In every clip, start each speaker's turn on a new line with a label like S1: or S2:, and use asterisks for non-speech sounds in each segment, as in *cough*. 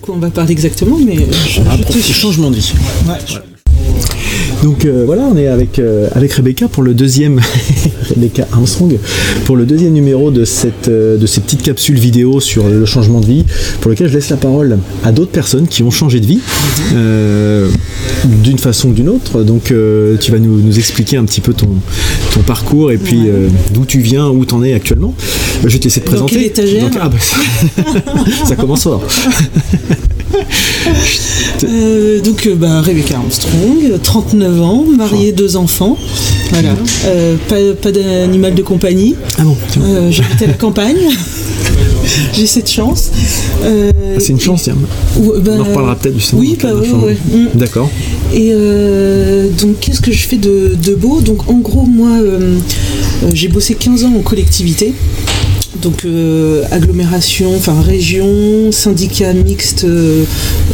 S1: quoi on va parler exactement, mais je,
S2: Un
S1: je te-
S2: petit changement dit.
S1: Ouais, je-
S3: Donc euh, voilà, on est avec, euh, avec Rebecca pour le deuxième, *laughs* Rebecca Armstrong, pour le deuxième numéro de, cette, euh, de ces petites capsules vidéo sur le changement de vie, pour lequel je laisse la parole à d'autres personnes qui ont changé de vie,
S1: Mhm.
S3: euh, d'une façon ou d'une autre. Donc euh, tu vas nous, nous expliquer un petit peu ton, ton parcours et puis euh, d'où tu viens, où t'en es actuellement. Euh, Je vais te laisser te
S1: Dans
S3: présenter.
S1: quelle étagère
S3: ah bah, *laughs* ça commence fort.
S1: Euh, donc euh, bah, Rebecca Armstrong, euh, 39 ans, mariée, deux enfants. Voilà. Euh, pas pas d'animal de compagnie.
S3: Ah bon, tiens.
S1: Euh, J'habite à la campagne.
S3: *laughs*
S1: J'ai cette chance. Euh,
S3: Ah, c'est une chance, tiens.
S1: ou- bah,
S3: On en reparlera peut-être du
S1: Oui, bah ouais, ouais. Mm.
S3: D'accord.
S1: Et euh, donc, qu'est-ce que je fais de, de beau Donc, en gros, moi, euh, euh, j'ai bossé 15 ans en collectivité. Donc, euh, agglomération, enfin région, syndicat mixte euh,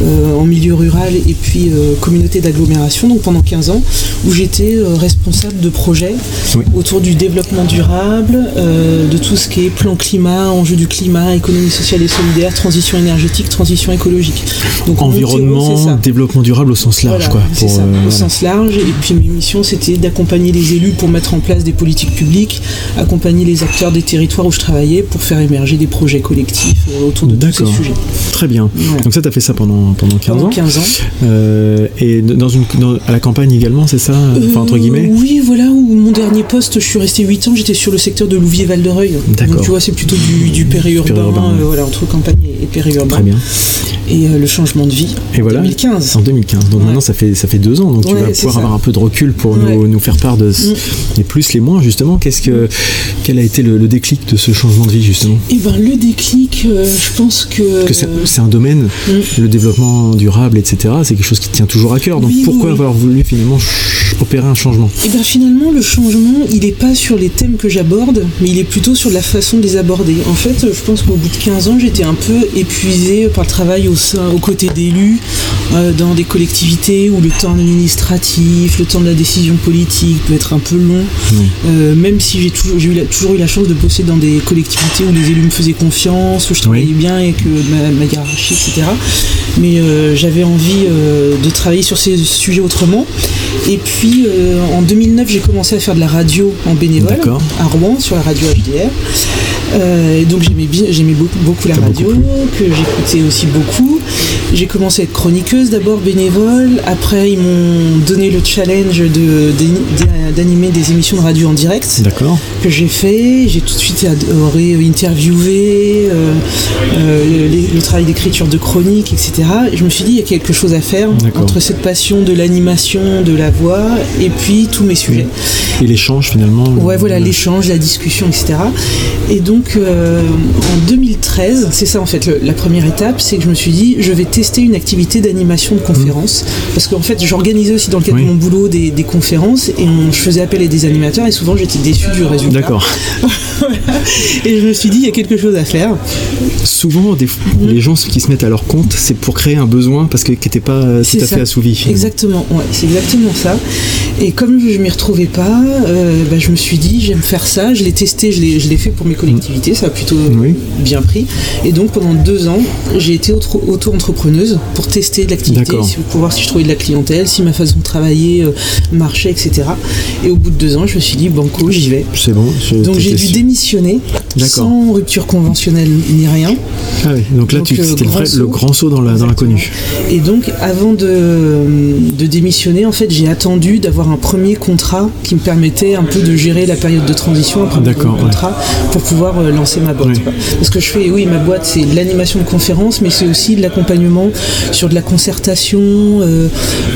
S1: euh, en milieu rural et puis euh, communauté d'agglomération, donc pendant 15 ans, où j'étais euh, responsable de projets
S3: Oui.
S1: autour du développement durable, euh, de tout ce qui est plan climat, enjeux du climat, économie sociale et solidaire, transition énergétique, transition écologique. Donc, en gros, c'est
S3: environnement,
S1: ça.
S3: développement durable au sens large,
S1: Voilà,
S3: quoi.
S1: C'est
S3: pour,
S1: ça,
S3: euh,
S1: au
S3: voilà.
S1: sens large. Et puis mes missions, c'était d'accompagner les élus pour mettre en place des politiques publiques, accompagner les acteurs des territoires où je travaillais pour faire émerger des projets collectifs euh, autour de tous ces
S3: D'accord.
S1: sujets.
S3: Très bien.
S1: Voilà.
S3: Donc ça, t'as fait ça pendant pendant 15
S1: Pendant
S3: ans.
S1: 15 ans.
S3: Euh, et dans une dans- à la campagne également, c'est ça Enfin entre
S1: Euh,
S3: guillemets.
S1: Oui, voilà, où mon dernier poste, je suis resté 8 ans, j'étais sur le secteur de Louvier-Val-de-Reuil.
S3: D'accord.
S1: Donc tu vois, c'est plutôt du, du périurbain,
S3: Périurbain, ouais.
S1: euh, voilà, entre campagne et- et périurbain.
S3: Très bien.
S1: Et euh, le changement de vie.
S3: Et voilà.
S1: 2015.
S3: En 2015. Donc
S1: Ouais.
S3: maintenant, ça fait ça fait deux ans. Donc tu
S1: Ouais,
S3: vas
S1: c'est
S3: pouvoir
S1: ça.
S3: avoir un peu de recul pour nous,
S1: Ouais. Mm.
S3: nous faire part de ce- les plus, les moins justement. Qu'est-ce que quel a été le, le déclic de ce changement de vie justement
S1: Et ben le déclic, euh, je pense que. euh,
S3: Parce que c'est- c'est un domaine,
S1: Mm.
S3: le développement durable, etc. C'est quelque chose qui te tient toujours à cœur. Donc
S1: Oui, oui,
S3: pourquoi
S1: oui.
S3: avoir voulu finalement ch- opérer un changement
S1: Et bien Eh ben, finalement, le changement, il n'est pas sur les thèmes que j'aborde, mais il est plutôt sur la façon de les aborder. En fait, euh, je pense qu'au bout de 15 ans, j'étais un peu épuisée par le travail au sein, aux côtés d'élus, euh, dans des collectivités où le temps administratif, le temps de la décision politique peut être un peu long. Euh, même si j'ai toujours, j'ai eu la- toujours eu la chance de bosser dans des collectivités où les élus me faisaient confiance, où je travaillais
S3: Oui.
S1: bien et que ma, ma hiérarchie, etc. Mais euh, j'avais envie euh, de travailler sur ces sujets autrement. Et puis euh, en 2009, j'ai commencé à faire de la radio en bénévole
S3: D'accord.
S1: à Rouen sur la radio HDR. Euh, et donc j'aimais bien, j'aimais beaucoup, beaucoup la
S3: T'as
S1: radio,
S3: beaucoup
S1: que j'écoutais aussi beaucoup. J'ai commencé à être chroniqueuse d'abord bénévole. Après, ils m'ont donné le challenge de- d'ani- d'animer des émissions de radio en direct
S3: D'accord.
S1: que j'ai fait. J'ai tout de suite adoré euh, interviewer euh, euh, les- le travail d'écriture de chronique, etc. Et je me suis dit, il y a quelque chose à faire
S3: D'accord.
S1: entre cette passion de l'animation, de la voix, et puis tous mes sujets.
S3: Et l'échange finalement.
S1: Ouais, voilà,
S3: le-
S1: l'échange, la discussion, etc. Et donc, euh, en 2013, c'est ça en fait, le- la première étape, c'est que je me suis dit, je vais tester une activité d'animation de conférence. Parce qu'en fait, j'organisais aussi dans le cadre
S3: Mmh. Oui.
S1: de mon boulot des, des conférences et on, je faisais appel à des animateurs et souvent j'étais déçu du résultat.
S3: D'accord.
S1: *laughs* Et je me suis dit, il y a quelque chose à faire.
S3: Souvent, des,
S1: Mm.
S3: les gens qui se mettent à leur compte, c'est pour créer un besoin parce que qui n'était pas euh, tout
S1: C'est
S3: à
S1: ça.
S3: fait assouvi. finalement.
S1: Exactement, ouais, c'est exactement ça. Et comme je ne m'y retrouvais pas, euh, bah, je me suis dit, j'aime faire ça, je l'ai testé, je l'ai je l'ai fait pour mes collectivités, ça a plutôt
S3: Oui.
S1: bien pris. Et donc pendant deux ans, j'ai été autre- auto-entrepreneuse pour tester de l'activité,
S3: D'accord.
S1: si- pour voir si je trouvais de la clientèle, si ma façon de travailler euh, marchait, etc. Et au bout de deux ans, je me suis dit, banco, j'y vais.
S3: C'est bon. je-
S1: Donc
S3: t'étais
S1: j'ai dû
S3: sûr.
S1: démissionner,
S3: D'accord.
S1: sans rupture conventionnelle ni rien.
S3: Ah oui, donc là,
S1: Donc,
S3: tu-
S1: euh,
S3: c'était le,
S1: grand
S3: vrai-
S1: saut.
S3: le grand saut dans la- dans l'inconnu.
S1: Et donc, avant de, de démissionner, en fait, j'ai attendu d'avoir un premier contrat qui me permettait un peu de gérer la période de transition après mon
S3: D'accord,
S1: premier contrat pour pouvoir euh, lancer ma boîte.
S3: Oui.
S1: quoi. Parce que je fais, oui, ma boîte, c'est de l'animation de conférences, mais c'est aussi de l'accompagnement sur de la concertation, euh,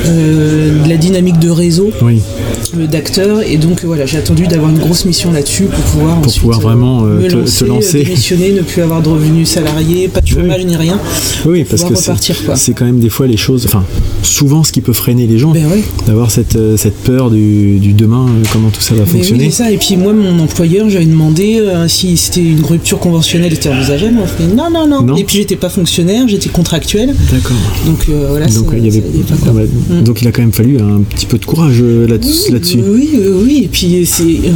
S1: euh, de la dynamique de réseau
S3: Oui,
S1: euh, d'acteurs et donc euh, voilà j'ai attendu d'avoir une grosse mission là-dessus pour pouvoir ensuite,
S3: pouvoir
S1: euh,
S3: vraiment, euh,
S1: me
S3: te- te
S1: lancer, euh,
S3: lancer.
S1: démissionner ne plus avoir de revenus salariés pas de chômage ni rien
S3: oui,
S1: pour
S3: parce
S1: pouvoir
S3: que c'est
S1: repartir quoi
S3: c'est quand même des fois les choses. Enfin, souvent, ce qui peut freiner les gens,
S1: ben ouais
S3: d'avoir cette, euh, cette peur du, du demain, euh, comment tout ça va
S1: Mais Ben oui,
S3: fonctionner.
S1: c'est ça. Et puis moi, mon employeur, j'avais demandé euh, si c'était une rupture conventionnelle était envisageable. On fait non, non, non,
S3: Non.
S1: Et puis j'étais pas fonctionnaire, j'étais contractuel.
S3: D'accord.
S1: Donc euh, voilà,
S3: Donc,
S1: ça-
S3: il y
S1: ça
S3: avait...
S1: allait pas, quoi.
S3: ah ouais, donc il a quand même fallu un petit peu de courage euh, là-
S1: Mm. Oui,
S3: là-dessus. dessus.
S1: Oui, oui, oui. Et puis, c'est, euh,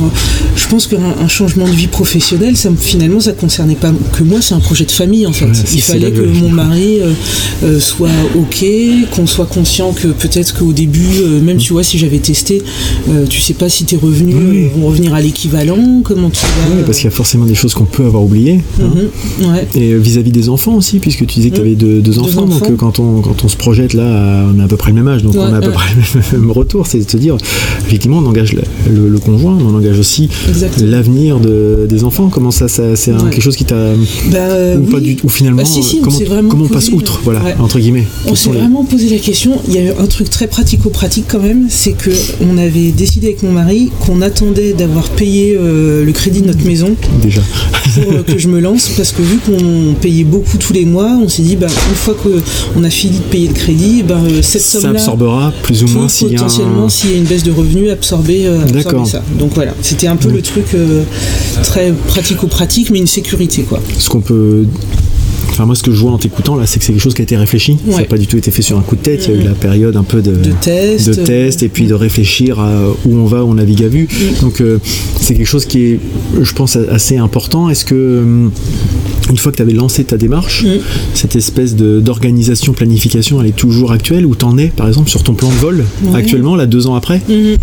S1: je pense qu'un un changement de vie professionnelle, ça, me- finalement, ça ne concernait pas que moi, c'est un projet de famille en fait.
S3: Ouais, c'est-
S1: Il
S3: c'est
S1: fallait
S3: la
S1: que
S3: logique,
S1: mon
S3: quoi.
S1: mari euh, euh, soit OK, qu'on soit conscient que peut-être qu'au début, euh, même tu vois, si j'avais testé, euh, tu sais pas si tes revenus
S3: Oui.
S1: euh, vont revenir à l'équivalent, comment tu vas.
S3: Ouais, parce qu'il y a forcément des choses qu'on peut avoir oubliées. hein.
S1: Mhm, ouais.
S3: Et euh, vis-à-vis des enfants aussi, puisque tu disais que tu avais deux, deux enfants, donc
S1: Mm. enfants.
S3: euh, quand on, quand on se projette là, on a à peu près le même âge, donc
S1: Ouais,
S3: on a à peu
S1: ouais.
S3: près le même *laughs* retour, c'est de se dire, effectivement, on engage le, le- le conjoint, mais on engage aussi
S1: Exactement.
S3: l'avenir de- des enfants. Comment ça, ça c'est un-
S1: Ouais.
S3: quelque chose qui t'a.
S1: Bah, euh,
S3: ou, pas
S1: oui.
S3: du, ou finalement,
S1: Ah, si, si,
S3: euh,
S1: on
S3: comment,
S1: s'est vraiment
S3: comment on passe
S1: posé-
S3: outre, voilà,
S1: Ouais.
S3: entre guillemets.
S1: On
S3: Quels
S1: s'est
S3: sont les-
S1: vraiment posé la question. Il y a eu un truc très pratico-pratique quand même, c'est que on avait décidé avec mon mari qu'on attendait d'avoir payé euh, le crédit de notre maison
S3: Déjà.
S1: pour euh, que je me lance, parce que vu qu'on payait beaucoup tous les mois, on s'est dit bah, une fois qu'on a fini de payer le crédit, bah, euh, cette
S3: Ça
S1: somme-là
S3: absorbera plus ou
S1: peut
S3: moins s'il y a
S1: potentiellement
S3: un...
S1: s'il y a une baisse de revenus absorber, euh, absorber
S3: D'accord. Mm.
S1: ça. Donc voilà, c'était un peu le truc euh, très pratico-pratique, mais une sécurité quoi.
S3: ce qu'on peut. Enfin, moi, ce que je vois en t'écoutant là, c'est que c'est quelque chose qui a été réfléchi. Ça n'a
S1: Ouais. Mm-hmm.
S3: pas du tout été fait sur un coup de tête. Il y a eu la période un peu de,
S1: De test.
S3: de test, et puis de réfléchir à où on va, où on navigue à vue.
S1: Mm.
S3: Donc, euh, c'est quelque chose qui est, je pense, assez important. Est-ce que. hum, Une fois que tu avais lancé ta démarche,
S1: Mm.
S3: cette espèce de- d'organisation, planification, elle est toujours actuelle Ou t'en es, par exemple, sur ton plan de vol actuellement, là, deux ans après
S1: Mhm.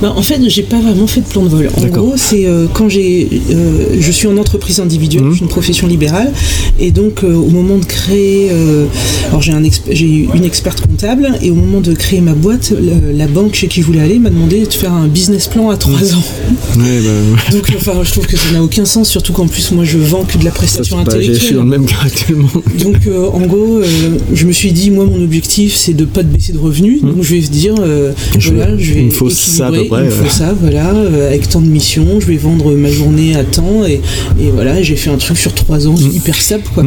S1: Bah, en fait, j'ai pas vraiment fait de plan de vol. En
S3: D'accord.
S1: gros, c'est euh, quand j'ai, euh, je suis en entreprise individuelle,
S3: Mhm.
S1: je suis une profession libérale, et donc euh, au moment de créer, euh, alors j'ai un exp- j'ai eu une experte comptable, et au moment de créer ma boîte, la, la banque chez qui je voulais aller m'a demandé de faire un business plan à trois
S3: Mhm.
S1: ans.
S3: Ouais, bah,
S1: Donc, enfin, je trouve que ça n'a aucun sens, surtout qu'en plus moi je vends que de la
S3: ça,
S1: prestation
S3: c'est pas- Bah, je
S1: intellectuelle.
S3: suis dans le même cas actuellement.
S1: Donc euh, en gros, euh, je me suis dit, moi mon objectif c'est de pas de baisser de revenus, donc je vais dire, euh,
S3: Hmm. Je vais-
S1: voilà, je vais
S3: il me faut ça à peu
S1: équilibrer,
S3: près,
S1: il me faut
S3: ouais.
S1: ça, voilà, euh, avec tant de missions, je vais vendre ma journée à temps et, et voilà, j'ai fait un truc sur trois ans
S3: Hmm.
S1: hyper simple quoi.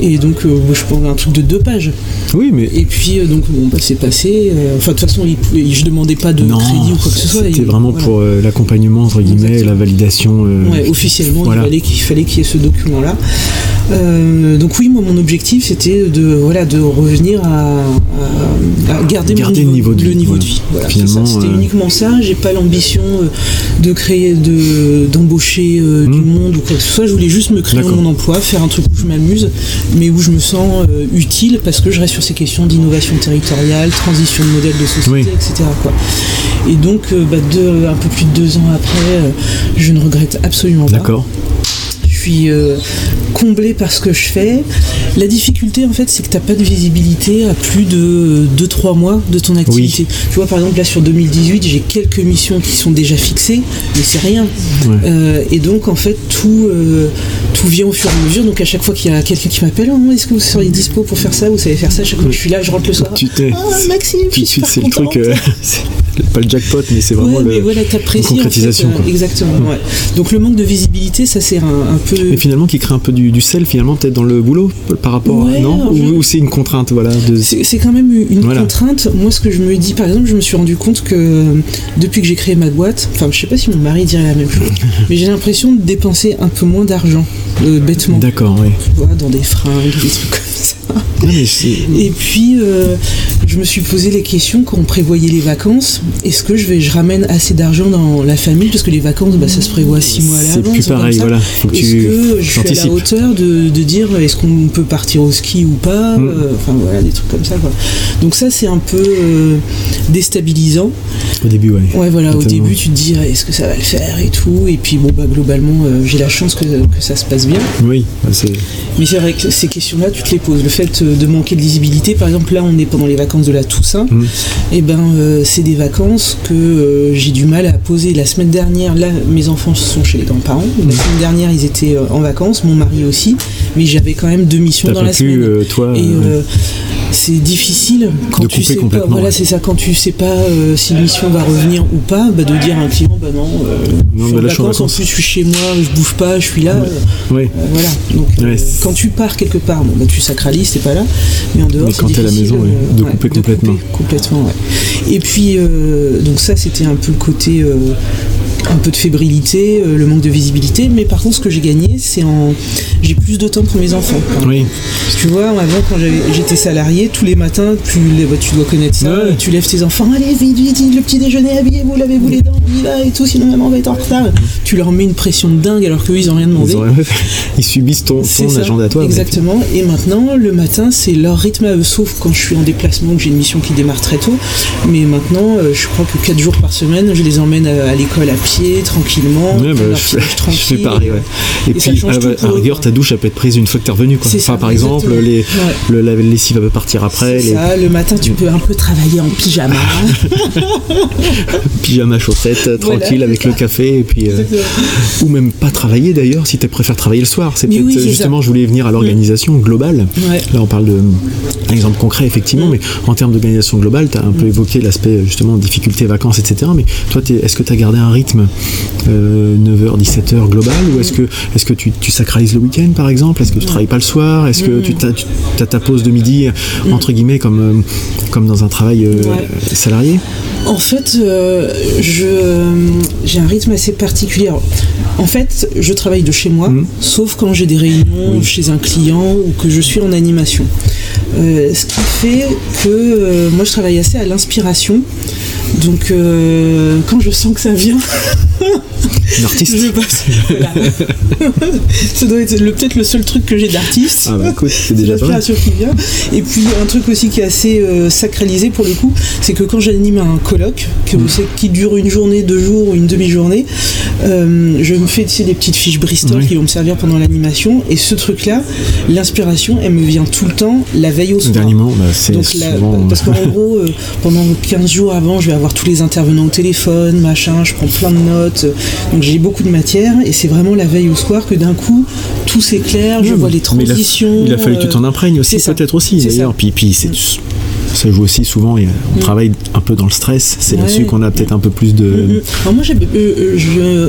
S1: Et donc euh, je pense un truc de deux pages.
S3: Oui, mais
S1: Et puis euh, donc bon, bah, c'est passé. euh, Enfin de toute façon, il- il- je demandais pas de crédit ou quoi que ce soit.
S3: C'était
S1: il-
S3: vraiment
S1: voilà.
S3: pour euh, l'accompagnement, entre guillemets,
S1: Exactement.
S3: la validation. euh,
S1: Ouais, officiellement,
S3: voilà.
S1: il fallait qu'il fallait qu'il y ait ce document-là. Euh, donc oui, moi, mon objectif, c'était de, voilà, de revenir à, à- à garder, mon
S3: Garder le niveau de
S1: le
S3: vie,
S1: niveau
S3: voilà.
S1: de vie. Voilà, c'est
S3: Finalement,
S1: ça. c'était
S3: euh,
S1: uniquement ça. J'ai pas l'ambition euh, de créer, de d'embaucher euh, du monde ou quoi que ce soit. Je voulais juste me créer
S3: Hmm. D'accord.
S1: mon emploi, faire un truc où je m'amuse, mais où je me sens euh, utile parce que je reste sur ces questions d'innovation territoriale, transition de modèle de société,
S3: Oui.
S1: etc. Quoi. Et donc, euh, bah, deux- un peu plus de deux ans après, euh, je ne regrette absolument pas.
S3: D'accord.
S1: Je suis euh, comblée par ce que je fais. La difficulté, en fait, c'est que tu n'as pas de visibilité à plus de 2-3 mois de ton activité. Tu vois, par exemple, là, sur 2018, j'ai quelques missions qui sont déjà fixées, mais c'est rien.
S3: Ouais.
S1: Euh, et donc, en fait, tout, euh, tout vient au fur et à mesure. Donc, à chaque fois qu'il y a quelqu'un qui m'appelle, Oh, est-ce que vous seriez dispo pour faire ça Vous savez faire ça À Chaque fois que je suis là, je rentre le soir.
S3: Tu t'es.
S1: Ah, Maxime,
S3: Tout
S1: je
S3: de
S1: suis
S3: suite,
S1: super
S3: c'est le truc.
S1: contente.
S3: euh, *laughs* c'est le- pas le jackpot, mais c'est vraiment
S1: Ouais, mais
S3: le.
S1: voilà, t'apprécies. en fait,
S3: concrétisation,
S1: euh,
S3: quoi. Mmh.
S1: exactement, ouais. Donc le manque de visibilité, ça sert un, un peu.
S3: Et finalement, qui crée un peu du, du sel, finalement, peut-être dans le boulot, par rapport à.
S1: Ouais,
S3: Non
S1: en fait.
S3: Ou, ou c'est une contrainte, voilà. De...
S1: C'est c'est quand même une
S3: Voilà.
S1: contrainte. Moi, ce que je me dis, par exemple, je me suis rendu compte que euh, depuis que j'ai créé ma boîte, enfin, je sais pas si mon mari dirait la même
S3: *laughs*
S1: chose, mais j'ai l'impression de dépenser un peu moins d'argent, euh, bêtement,
S3: D'accord, oui.
S1: tu vois, dans des fringues, des trucs comme ça.
S3: Non, mais c'est-
S1: Et puis, euh, je me suis posé les questions quand on prévoyait les vacances. Est-ce que je vais, je ramène assez d'argent dans la famille parce que les vacances, bah, ça se prévoit six mois à
S3: c'est
S1: l'avance.
S3: plus
S1: ou comme
S3: pareil,
S1: ça.
S3: voilà. Faut que
S1: Est-ce
S3: tu.
S1: que je suis à la
S3: t'anticipes.
S1: hauteur de, de dire est-ce qu'on peut partir au ski ou pas
S3: Mm.
S1: euh, Enfin voilà, des trucs comme ça. Quoi. Donc ça c'est un peu euh, déstabilisant.
S3: Au début, ouais.
S1: Ouais voilà, au
S3: Totalement.
S1: début tu te dis ah, est-ce que ça va le faire et tout. Et puis bon bah globalement euh, j'ai la chance que, que ça se passe bien.
S3: Oui, bah, c'est.
S1: Mais c'est vrai que ces questions-là tu te les poses. Le fait euh, de manquer de lisibilité, par exemple là on est pendant les vacances de la Toussaint.
S3: Mm.
S1: Et ben euh, c'est des vacances que euh, j'ai du mal à poser. La semaine dernière, là, mes enfants sont chez les grands-parents.
S3: Mm.
S1: La semaine dernière, ils étaient euh, en vacances, mon mari aussi. Mais j'avais quand même deux missions
S3: T'as
S1: dans
S3: pas
S1: la
S3: pu,
S1: semaine.
S3: euh, toi.
S1: Et
S3: euh,
S1: euh, c'est difficile quand
S3: De
S1: tu
S3: couper
S1: sais pas.
S3: complètement,
S1: Voilà,
S3: ouais.
S1: c'est ça. Quand tu sais pas euh, si l'émission va revenir ou pas, bah, de dire à un client, bah non, euh, je
S3: Non,
S1: suis
S3: bah
S1: en
S3: là, je suis en
S1: vacances. En
S3: vacances.
S1: plus, je suis chez moi, je bouge pas, je suis là. euh,
S3: ouais.
S1: euh, voilà. Donc, euh,
S3: Ouais, c'est-
S1: quand tu pars quelque part, bon, bah, tu sacralises, t'es pas là. Mais en dehors,
S3: Mais
S1: c'est
S3: quand t'es à la
S1: difficile,
S3: maison, ouais,
S1: euh,
S3: de couper complètement.
S1: complètement, ouais. Et puis, euh, donc ça, c'était un peu le côté. euh, un peu de fébrilité, euh, le manque de visibilité, mais par contre ce que j'ai gagné, c'est en j'ai plus de temps pour mes enfants.
S3: Oui,
S1: tu vois, avant, quand j'avais- j'étais salarié, tous les matins, tu, les- bah, tu dois connaître ça,
S3: Ouais.
S1: tu lèves tes enfants, allez, vite, vite, vite, le petit déjeuner, habillez-vous, lavez-vous les dents, on y va et tout, sinon maman va être en retard. Tu leur mets une pression de dingue alors qu'eux, ils n'ont rien demandé.
S3: Mm. Ils, ont rien fait. *laughs* Ils subissent ton,
S1: C'est
S3: ton
S1: ça,
S3: agenda à toi. mais-
S1: Exactement. Et maintenant, le matin, c'est leur rythme à eux, sauf quand je suis en déplacement, que j'ai une mission qui démarre très tôt. Mais maintenant, euh, je crois que 4 jours par semaine, je les emmène à, à l'école à pied, tranquillement.
S3: Ouais, bah,
S1: leur
S3: je,
S1: petit déj
S3: je fais
S1: tranquille.
S3: pareil, ouais. Et,
S1: Et ça
S3: puis,
S1: change
S3: à,
S1: tout
S3: la-
S1: pour
S3: à
S1: eux,
S3: rigueur,
S1: quoi.
S3: ta douche, elle peut être prise une fois que t'es revenu, quoi.
S1: C'est
S3: Enfin,
S1: ça,
S3: par exemple,
S1: exactement.
S3: les,
S1: Ouais.
S3: le lave-lessive, elle peut partir après,
S1: C'est
S3: les
S1: ça, le matin tu peux un peu travailler en pyjama.
S3: pyjamas chaussettes, euh,
S1: Voilà,
S3: tranquille,
S1: c'est
S3: avec le café, et puis. euh, ou même pas travailler d'ailleurs, si tu préfères travailler le soir. C'est
S1: Mais
S3: peut-être
S1: oui, c'est Mm.
S3: justement, je voulais venir à l'organisation globale.
S1: Ouais. Mm.
S3: Là, on parle de un exemple concret, effectivement, mais en termes d'organisation globale, tu as un peu évoqué l'aspect justement difficulté, vacances, etc. Mais toi, t'es- est-ce que tu as gardé un rythme euh, 9h, 17h global ou
S1: Mm.
S3: est-ce que, est que tu, tu sacralises le week-end par exemple Est-ce que tu travailles pas le soir Est-ce
S1: Mm.
S3: que tu t'as- tu as ta pause de midi, entre guillemets, comme, euh, comme dans un travail euh,
S1: Ouais.
S3: salarié
S1: En fait, euh, je euh, j'ai un rythme assez particulier. Alors, En fait, je travaille de chez moi, sauf quand j'ai des réunions chez un client ou que je suis en animation. Euh, ce qui fait que euh, moi, je travaille assez à l'inspiration. Donc, euh, quand je sens que ça vient,
S3: Un artiste
S1: je passe. Voilà. *laughs* ça doit être le- peut-être le seul truc que j'ai d'artiste.
S3: Ah bah écoute, c'est
S1: C'est
S3: déjà pas mal.
S1: l'inspiration qui vient. Et puis un truc aussi qui est assez euh, sacralisé pour le coup, c'est que quand j'anime un colloque, que
S3: Mm.
S1: vous savez, qui dure une journée, deux jours ou une demi-journée, euh, je me fais tu sais, des petites fiches Bristol
S3: Oui.
S1: qui vont me servir pendant l'animation. Et ce truc-là, l'inspiration, elle me vient tout le temps la veille au soir.
S3: Dernièrement, bah, c'est
S1: Donc là,
S3: souvent.
S1: parce
S3: *laughs*
S1: qu'en gros, euh, pendant 15 jours avant, je vais avoir tous les intervenants au téléphone, machin, je prends plein de notes, euh, donc j'ai beaucoup de matière, et c'est vraiment la veille au soir que d'un coup, tout s'éclaire, je
S3: Oui,
S1: vois les
S3: Mm. *laughs* mais il a-
S1: transitions.
S3: Il a, fallu que tu
S1: euh,
S3: t'en imprègnes aussi,
S1: c'est ça.
S3: peut-être aussi,
S1: C'est
S3: d'ailleurs.
S1: ça. Mm.
S3: Puis, puis c'est, ça joue aussi souvent, et on travaille un peu dans le stress. C'est
S1: Ouais. Mm-hmm.
S3: là-dessus qu'on a peut-être un peu plus de.
S1: Alors moi, j'appelle- euh, euh, je-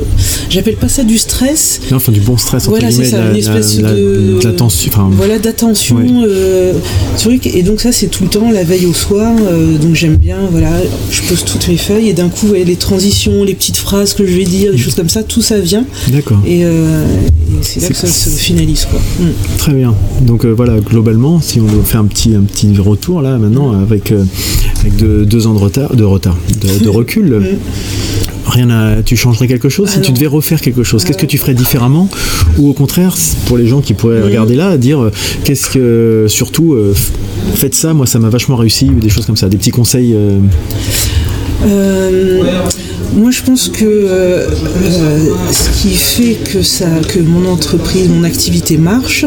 S1: j'appelle pas ça du stress.
S3: Non, enfin, du bon stress, entre
S1: Voilà, c'est
S3: guillemets,
S1: ça,
S3: de
S1: une
S3: la-
S1: espèce
S3: la-
S1: de,
S3: de la tension. Enfin,
S1: voilà, d'attention,
S3: Ouais.
S1: euh, truc. Et donc ça, c'est tout le temps la veille au soir. euh, donc j'aime bien, voilà, je pose toutes mes feuilles et d'un coup, ouais, les transitions, les petites phrases que je vais dire, les choses comme ça, tout ça vient.
S3: D'accord,
S1: Et, euh, et c'est là
S3: C'est-
S1: que ça se finalise, quoi. Mm.
S3: très bien. Donc euh, voilà, globalement, si on veut faire un petit, un petit retour là maintenant, avec, euh, avec deux, deux ans de retard, de, retard, de, de recul. euh, Rien à, tu changerais quelque chose si
S1: Ah
S3: tu
S1: non.
S3: devais refaire quelque chose Qu'est-ce que tu ferais différemment Ou au contraire, pour les gens qui pourraient regarder là, dire euh, qu'est-ce que surtout euh, f- faites ça, moi ça m'a vachement réussi ou des choses comme ça, des petits conseils. euh,
S1: Euh, moi, je pense que euh, euh, ce qui fait que, ça, que mon entreprise, mon activité marche,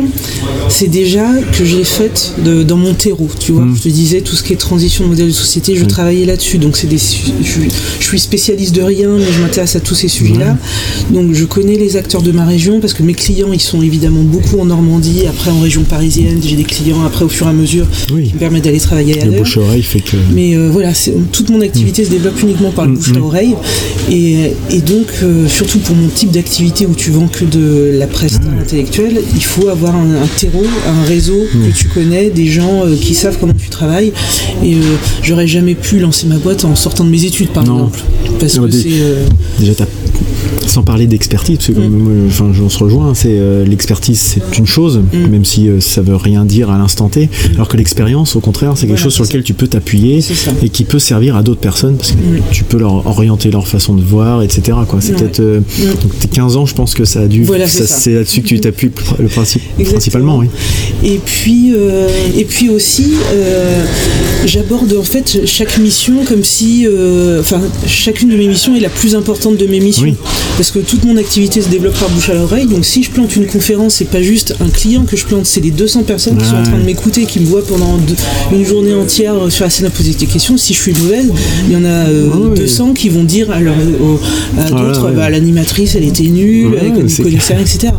S1: c'est déjà que j'ai fait de- dans mon terreau. Tu
S3: Mm.
S1: vois, je te disais tout ce qui est transition de modèle de société, je travaillais là-dessus. Donc, c'est des, su- je, suis- je suis spécialiste de rien, mais je m'intéresse à tous ces sujets-là.
S3: Mm.
S1: Donc, je connais les acteurs de ma région parce que mes clients, ils sont évidemment beaucoup en Normandie, après en région parisienne. J'ai des clients après au fur et à mesure
S3: Oui.
S1: qui me permettent d'aller travailler
S3: le
S1: ailleurs.
S3: bouche-oreille fait que.
S1: Mais euh, voilà, c'est- toute mon activité se développe uniquement par le
S3: Mhm.
S1: bouche à oreille. Et, et donc, euh, surtout pour mon type d'activité où tu vends que de la presse
S3: Mhm.
S1: intellectuelle, il faut avoir un, un terreau, un réseau
S3: Mhm.
S1: que tu connais, des gens euh, qui savent comment tu travailles. Et euh, j'aurais jamais pu lancer ma boîte en sortant de mes études, par
S3: Non.
S1: exemple. Parce
S3: Non,
S1: que
S3: des-
S1: c'est. euh,
S3: Déjà, t'as- sans parler d'expertise, parce que
S1: Mm.
S3: comme moi, enfin, on se rejoint, c'est euh, l'expertise, c'est une chose,
S1: Mm.
S3: même si euh, ça veut rien dire à l'instant T, alors que l'expérience, au contraire, c'est quelque
S1: Voilà,
S3: chose sur
S1: c'est
S3: lequel tu peux t'appuyer
S1: C'est ça. Mm.
S3: et qui peut servir à d'autres personnes parce que tu peux leur orienter leur façon de voir, etc. Quoi. C'est
S1: Ouais. Mm.
S3: peut-être euh, donc t'es 15 ans, je pense que ça a dû.
S1: Voilà,
S3: ça-
S1: c'est ça.
S3: c'est là-dessus que tu t'appuies pr- le principe,
S1: Exactement.
S3: principalement, oui.
S1: Et puis, euh, et puis aussi, euh, j'aborde en fait chaque mission comme si, euh, enfin, chacune de mes missions est la plus importante de mes missions.
S3: Oui.
S1: Parce que toute mon activité se développe par bouche à l'oreille. Donc, si je plante une conférence, c'est pas juste un client que je plante, c'est les 200 personnes qui sont en train de m'écouter, qui me voient pendant deux- une journée entière euh, sur la scène à poser des questions. Si je suis mauvaise, il y en a euh,
S3: oui.
S1: 200 qui vont dire à, leur- au- à
S3: Ah,
S1: d'autres,
S3: ouais.
S1: bah, l'animatrice, elle était nulle,
S3: Ouais,
S1: avec
S3: c'est
S1: Nicolas
S3: clair.
S1: Sarr, etc.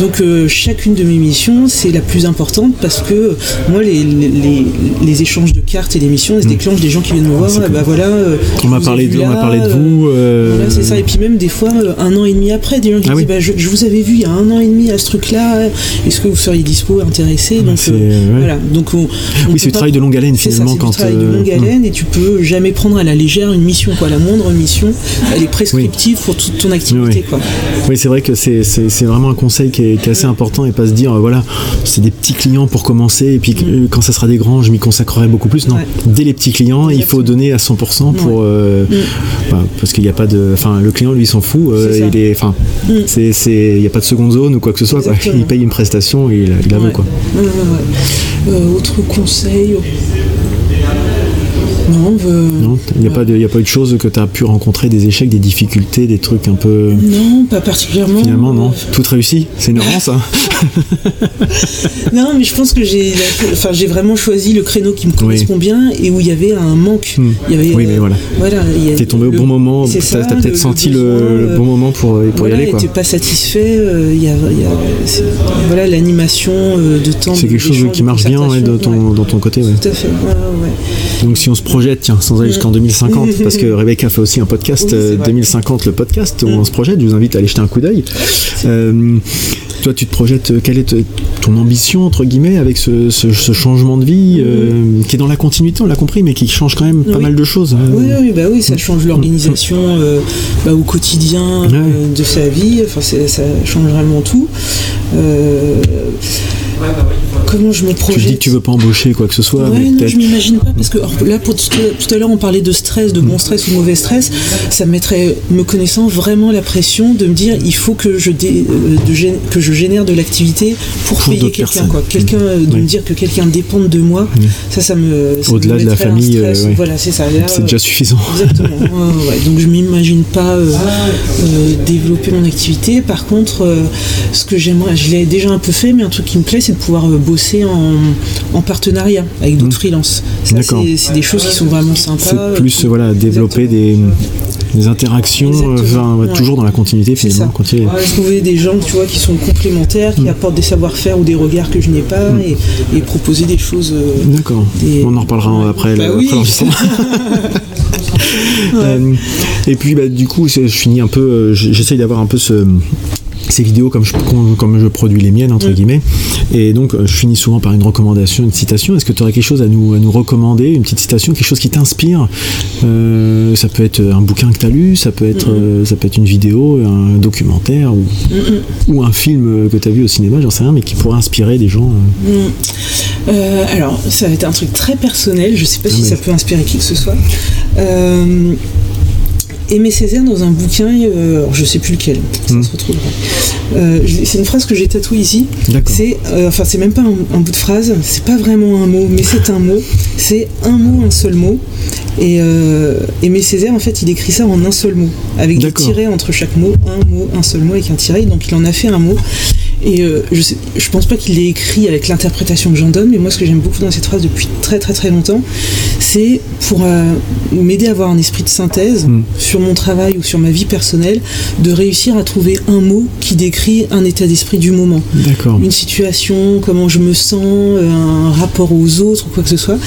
S1: Donc euh, chacune de mes missions, c'est la plus importante parce que euh, moi, les, les- les- les échanges de cartes et des missions, elles se déclenchent des gens qui viennent me voir.
S3: Mm. c'est
S1: ah,
S3: cool.
S1: bah voilà, euh,
S3: On m'a
S1: je vous ai
S3: parlé,
S1: vu
S3: de, on m'a
S1: là,
S3: parlé de vous.
S1: euh,
S3: euh,
S1: voilà, c'est ça. Et puis même des fois, euh, un an et demi après, des gens qui
S3: Ah
S1: disent
S3: oui.
S1: bah, je, je vous avais vu il y a un an et demi à ce truc-là, euh, est-ce que vous seriez dispo, intéressé Donc
S3: Ah, C'est-
S1: euh,
S3: ouais.
S1: voilà. Donc on, on peut
S3: Oui, c'est du
S1: pas-
S3: travail de longue haleine
S1: C'est ça,
S3: finalement
S1: c'est du
S3: quand.
S1: travail de
S3: euh,
S1: longue
S3: hmm.
S1: haleine et tu peux jamais prendre à la légère une mission quoi. La moindre mission, elle est prescriptive pour toute ton activité
S3: Oui, oui.
S1: quoi.
S3: Oui, c'est vrai que c'est- c'est c'est vraiment un conseil qui est, qui est assez important et pas se dire, euh, voilà, c'est des petits clients pour commencer et puis que- euh, quand ça sera des grands, je m'y consacrerai beaucoup plus. Non,
S1: Mm. Ouais.
S3: dès les petits clients, il faut
S1: Exactement.
S3: donner à 100% pour.
S1: Ouais. Mm.
S3: euh, bah, parce qu'il n'y a pas de. Enfin, le client, lui, il s'en fout. euh,
S1: C'est ça. Mm.
S3: il est. Enfin, c'est- c'est- il n'y a pas de seconde zone ou quoi que ce soit. quoi.
S1: Exactement.
S3: Il paye une prestation et il, il la veut,
S1: Ouais.
S3: quoi.
S1: Ouais, ouais, ouais. Euh, autre conseil Non, on veut-
S3: Non, il n'y a, pas de- il y a pas eu de choses que tu as pu rencontrer, des échecs, des difficultés, des trucs un peu.
S1: Non, pas particulièrement.
S3: Finalement, non. Tout réussi. C'est hein. énorme, ça.
S1: *laughs* Non, mais je pense que j'ai, enfin, j'ai vraiment choisi le créneau qui me correspond bien et où il y avait un manque. Il y avait,
S3: Hmm.
S1: euh,
S3: Oui, mais voilà.
S1: voilà il y a-
S3: T'es tombé au
S1: le-
S3: bon moment,
S1: c'est
S3: t'as
S1: ça,
S3: t'as
S1: le-
S3: peut-être
S1: le
S3: senti
S1: besoin,
S3: le, le
S1: euh,
S3: bon moment pour, pour
S1: voilà,
S3: y aller.
S1: et
S3: quoi.
S1: t'es pas satisfait. euh, Il y a, il y a- c'est- voilà, l'animation euh, de temps.
S3: C'est quelque chose
S1: d'échange,
S3: qui marche bien ouais, de
S1: concertation,
S3: ton,
S1: ouais.
S3: dans ton côté. ouais.
S1: Tout à fait. ouais, ouais.
S3: Donc si on se projette, tiens, sans aller jusqu'en 2050, parce
S1: *laughs*
S3: que Rebecca fait aussi un podcast,
S1: Mm. Oui, c'est
S3: euh,
S1: vrai. Mm.
S3: 2050 le podcast, où on se projette, je vous invite à aller jeter un coup d'œil. Euh, toi, tu te projettes, euh, quelle est te- ton ambition, entre guillemets, avec ce, ce- ce changement de vie, euh, qui est dans la continuité, on l'a compris, mais qui change quand même pas
S1: Mm. Oui.
S3: mal de choses. hein.
S1: Oui, oui, bah oui, ça change l'organisation euh, bah, au quotidien euh,
S3: Ouais.
S1: de sa vie. Enfin, c'est- ça change vraiment tout. Euh, comment je me projette
S3: Tu te dis que tu veux pas embaucher quoi que ce soit,
S1: Ouais,
S3: mais
S1: non,
S3: peut-être-
S1: je m'imagine pas parce que alors, là, pour tout, tout à l'heure, on parlait de stress, de bon stress ou mauvais stress. Ça mettrait, me connaissant, vraiment la pression de me dire il faut que je, dé- euh, de gén- que je génère de l'activité pour,
S3: Pour
S1: payer
S3: d'autres
S1: quelqu'un.
S3: personnes. Mmh.
S1: quoi. Quelqu'un euh, de
S3: Oui. Mmh.
S1: me dire que quelqu'un dépende de moi, ça, ça me. ça me
S3: Au-delà de la
S1: mettrait un
S3: famille, euh,
S1: stress.
S3: ouais.
S1: Voilà, c'est ça. Là,
S3: c'est
S1: euh,
S3: déjà suffisant. *laughs*
S1: Exactement. ouais, ouais. Donc je m'imagine pas euh, euh, développer mon activité. Par contre, euh, ce que j'aimerais, je l'ai déjà un peu fait, mais un truc qui me plaît, c'est de pouvoir euh, bosser en, en partenariat avec d'autres freelances. Ça,
S3: Mm. D'accord.
S1: c'est c'est des choses qui sont vraiment sympas.
S3: C'est plus euh, voilà, développer des, des interactions, euh,
S1: Exactement,
S3: enfin,
S1: ouais.
S3: toujours dans la continuité
S1: C'est ça.
S3: finalement. continuer.
S1: Trouver des gens tu vois, qui sont complémentaires,
S3: Mm.
S1: qui apportent des savoir-faire ou des regards que je n'ai pas et, et proposer des choses. euh,
S3: D'accord,
S1: Des-
S3: on en reparlera après
S1: Bah
S3: le- après
S1: oui. *laughs*
S3: l'enregistrement. Euh, et puis bah, du coup, c'est- je finis un peu, euh, j- j'essaye d'avoir un peu ce ces vidéos comme je, com- comme je produis les miennes
S1: Mm.
S3: entre guillemets et donc euh, je finis souvent par une recommandation une citation est-ce que tu aurais quelque chose à nous, à nous recommander une petite citation quelque chose qui t'inspire Euh, ça peut être un bouquin que tu as lu ça peut être euh, ça peut être une vidéo un documentaire ou, ou un film euh, que tu as vu au cinéma j'en sais rien mais qui pourrait inspirer des gens euh.
S1: Hmm. Euh, alors, ça va être un truc très personnel. Je sais pas si
S3: mais-
S1: ça peut inspirer qui que ce soit. Euh, Aimé Césaire dans un bouquin, euh, alors je sais plus lequel, ça se retrouvera. Euh, je- c'est une phrase que j'ai tatouée ici.
S3: D'accord.
S1: C'est, euh, enfin, c'est même pas un, un bout de phrase. C'est pas vraiment un mot, mais c'est un mot. C'est un mot, un seul mot. Et euh, Aimé Césaire, en fait, il écrit ça en un seul mot, avec des
S3: D'accord.
S1: tirets entre chaque mot, un mot, un seul mot avec un tiret. Donc il en a fait un mot. Et euh, je, sais- je pense pas qu'il l'ait écrit avec l'interprétation que j'en donne, mais moi ce que j'aime beaucoup dans cette phrase depuis très très très longtemps, c'est pour euh, m'aider à avoir un esprit de synthèse sur mon travail ou sur ma vie personnelle, de réussir à trouver un mot qui décrit un état d'esprit du moment
S3: d'accord
S1: une situation, comment je me sens, euh, un rapport aux autres ou quoi que ce soit.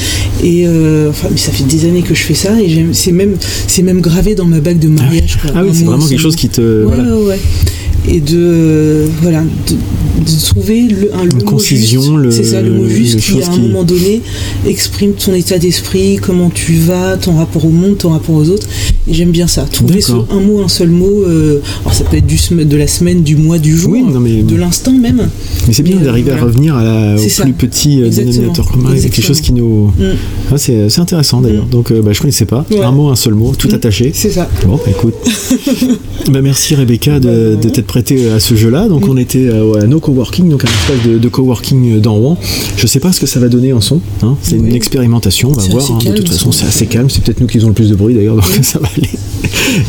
S1: Et euh, enfin, mais ça fait des années que je fais ça et j'aime- c'est même c'est même gravé dans ma bague de mariage. quoi.
S3: ah oui
S1: Un
S3: c'est
S1: mot,
S3: vraiment
S1: un
S3: quelque
S1: seul
S3: chose
S1: mot.
S3: qui te
S1: Ouais,
S3: voilà.
S1: ouais, ouais. Et de euh, voilà de, de trouver le, un, le mot
S3: concision,
S1: juste.
S3: le-
S1: c'est ça le mot
S3: le-
S1: juste
S3: le
S1: qui
S3: chose
S1: à un
S3: qui-
S1: moment donné exprime ton état d'esprit, comment tu vas, ton rapport au monde, ton rapport aux autres. Et j'aime bien ça. Trouver ce-
S3: D'accord.
S1: un mot, un seul mot. euh, alors ça peut être du sem- de la semaine, du mois, du jour,
S3: Oui, non, mais-
S1: de l'instant même.
S3: Mais c'est bien
S1: Mais, euh,
S3: d'arriver à
S1: voilà.
S3: revenir à la, au
S1: C'est ça.
S3: plus petit euh,
S1: Exactement.
S3: dénominateur commun, c'est quelque
S1: Exactement.
S3: chose qui nous.
S1: Mm.
S3: Ah, c'est c'est intéressant d'ailleurs. Donc euh, bah, je connaissais pas.
S1: Ouais. Mm.
S3: Un mot, un seul mot, tout attaché.
S1: C'est ça.
S3: Bon, bah, écoute. *laughs* bah, merci Rebecca de, de t'être prêtée euh, à ce jeu-là. Donc on était euh, à No Coworking, donc un espace de, de coworking euh, dans Rouen. Je sais pas ce que ça va donner en son. hein. C'est une
S1: Oui.
S3: expérimentation, on va
S1: C'est
S3: voir.
S1: assez
S3: hein.
S1: calme,
S3: de toute
S1: ça.
S3: façon, c'est assez calme. C'est peut-être nous qui faisons le plus de bruit d'ailleurs, donc *laughs* ça va aller.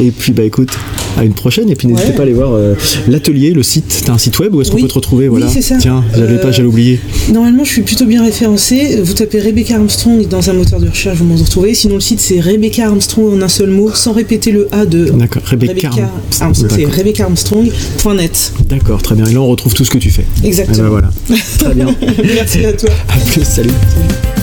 S3: Et puis bah écoute, à une prochaine. Et puis n'hésitez
S1: Ouais.
S3: pas à aller voir euh, l'atelier, le site. T'as un site web où est-ce qu'on
S1: Oui.
S3: peut te retrouver
S1: Oui,
S3: voilà.
S1: c'est ça.
S3: Tiens, j'avais pas,
S1: Euh,
S3: j'allais oublier.
S1: Normalement, je suis plutôt bien référencée. Vous tapez Rebecca Armstrong dans un moteur de recherche, vous m'en retrouvez. Sinon, le site c'est Rebecca Armstrong en un seul mot, sans répéter le A de
S3: D'accord, Rebecca.
S1: Rebecca Ah, Armstrong. C'est
S3: D'accord.
S1: Rebecca Armstrong.net.
S3: D'accord, très
S1: *laughs*
S3: bien. Et là, on retrouve tout ce que tu fais. Eh ben
S1: Exactement.
S3: voilà. très bien.
S1: *laughs* Merci à toi.
S3: À plus, salut.
S1: Salut.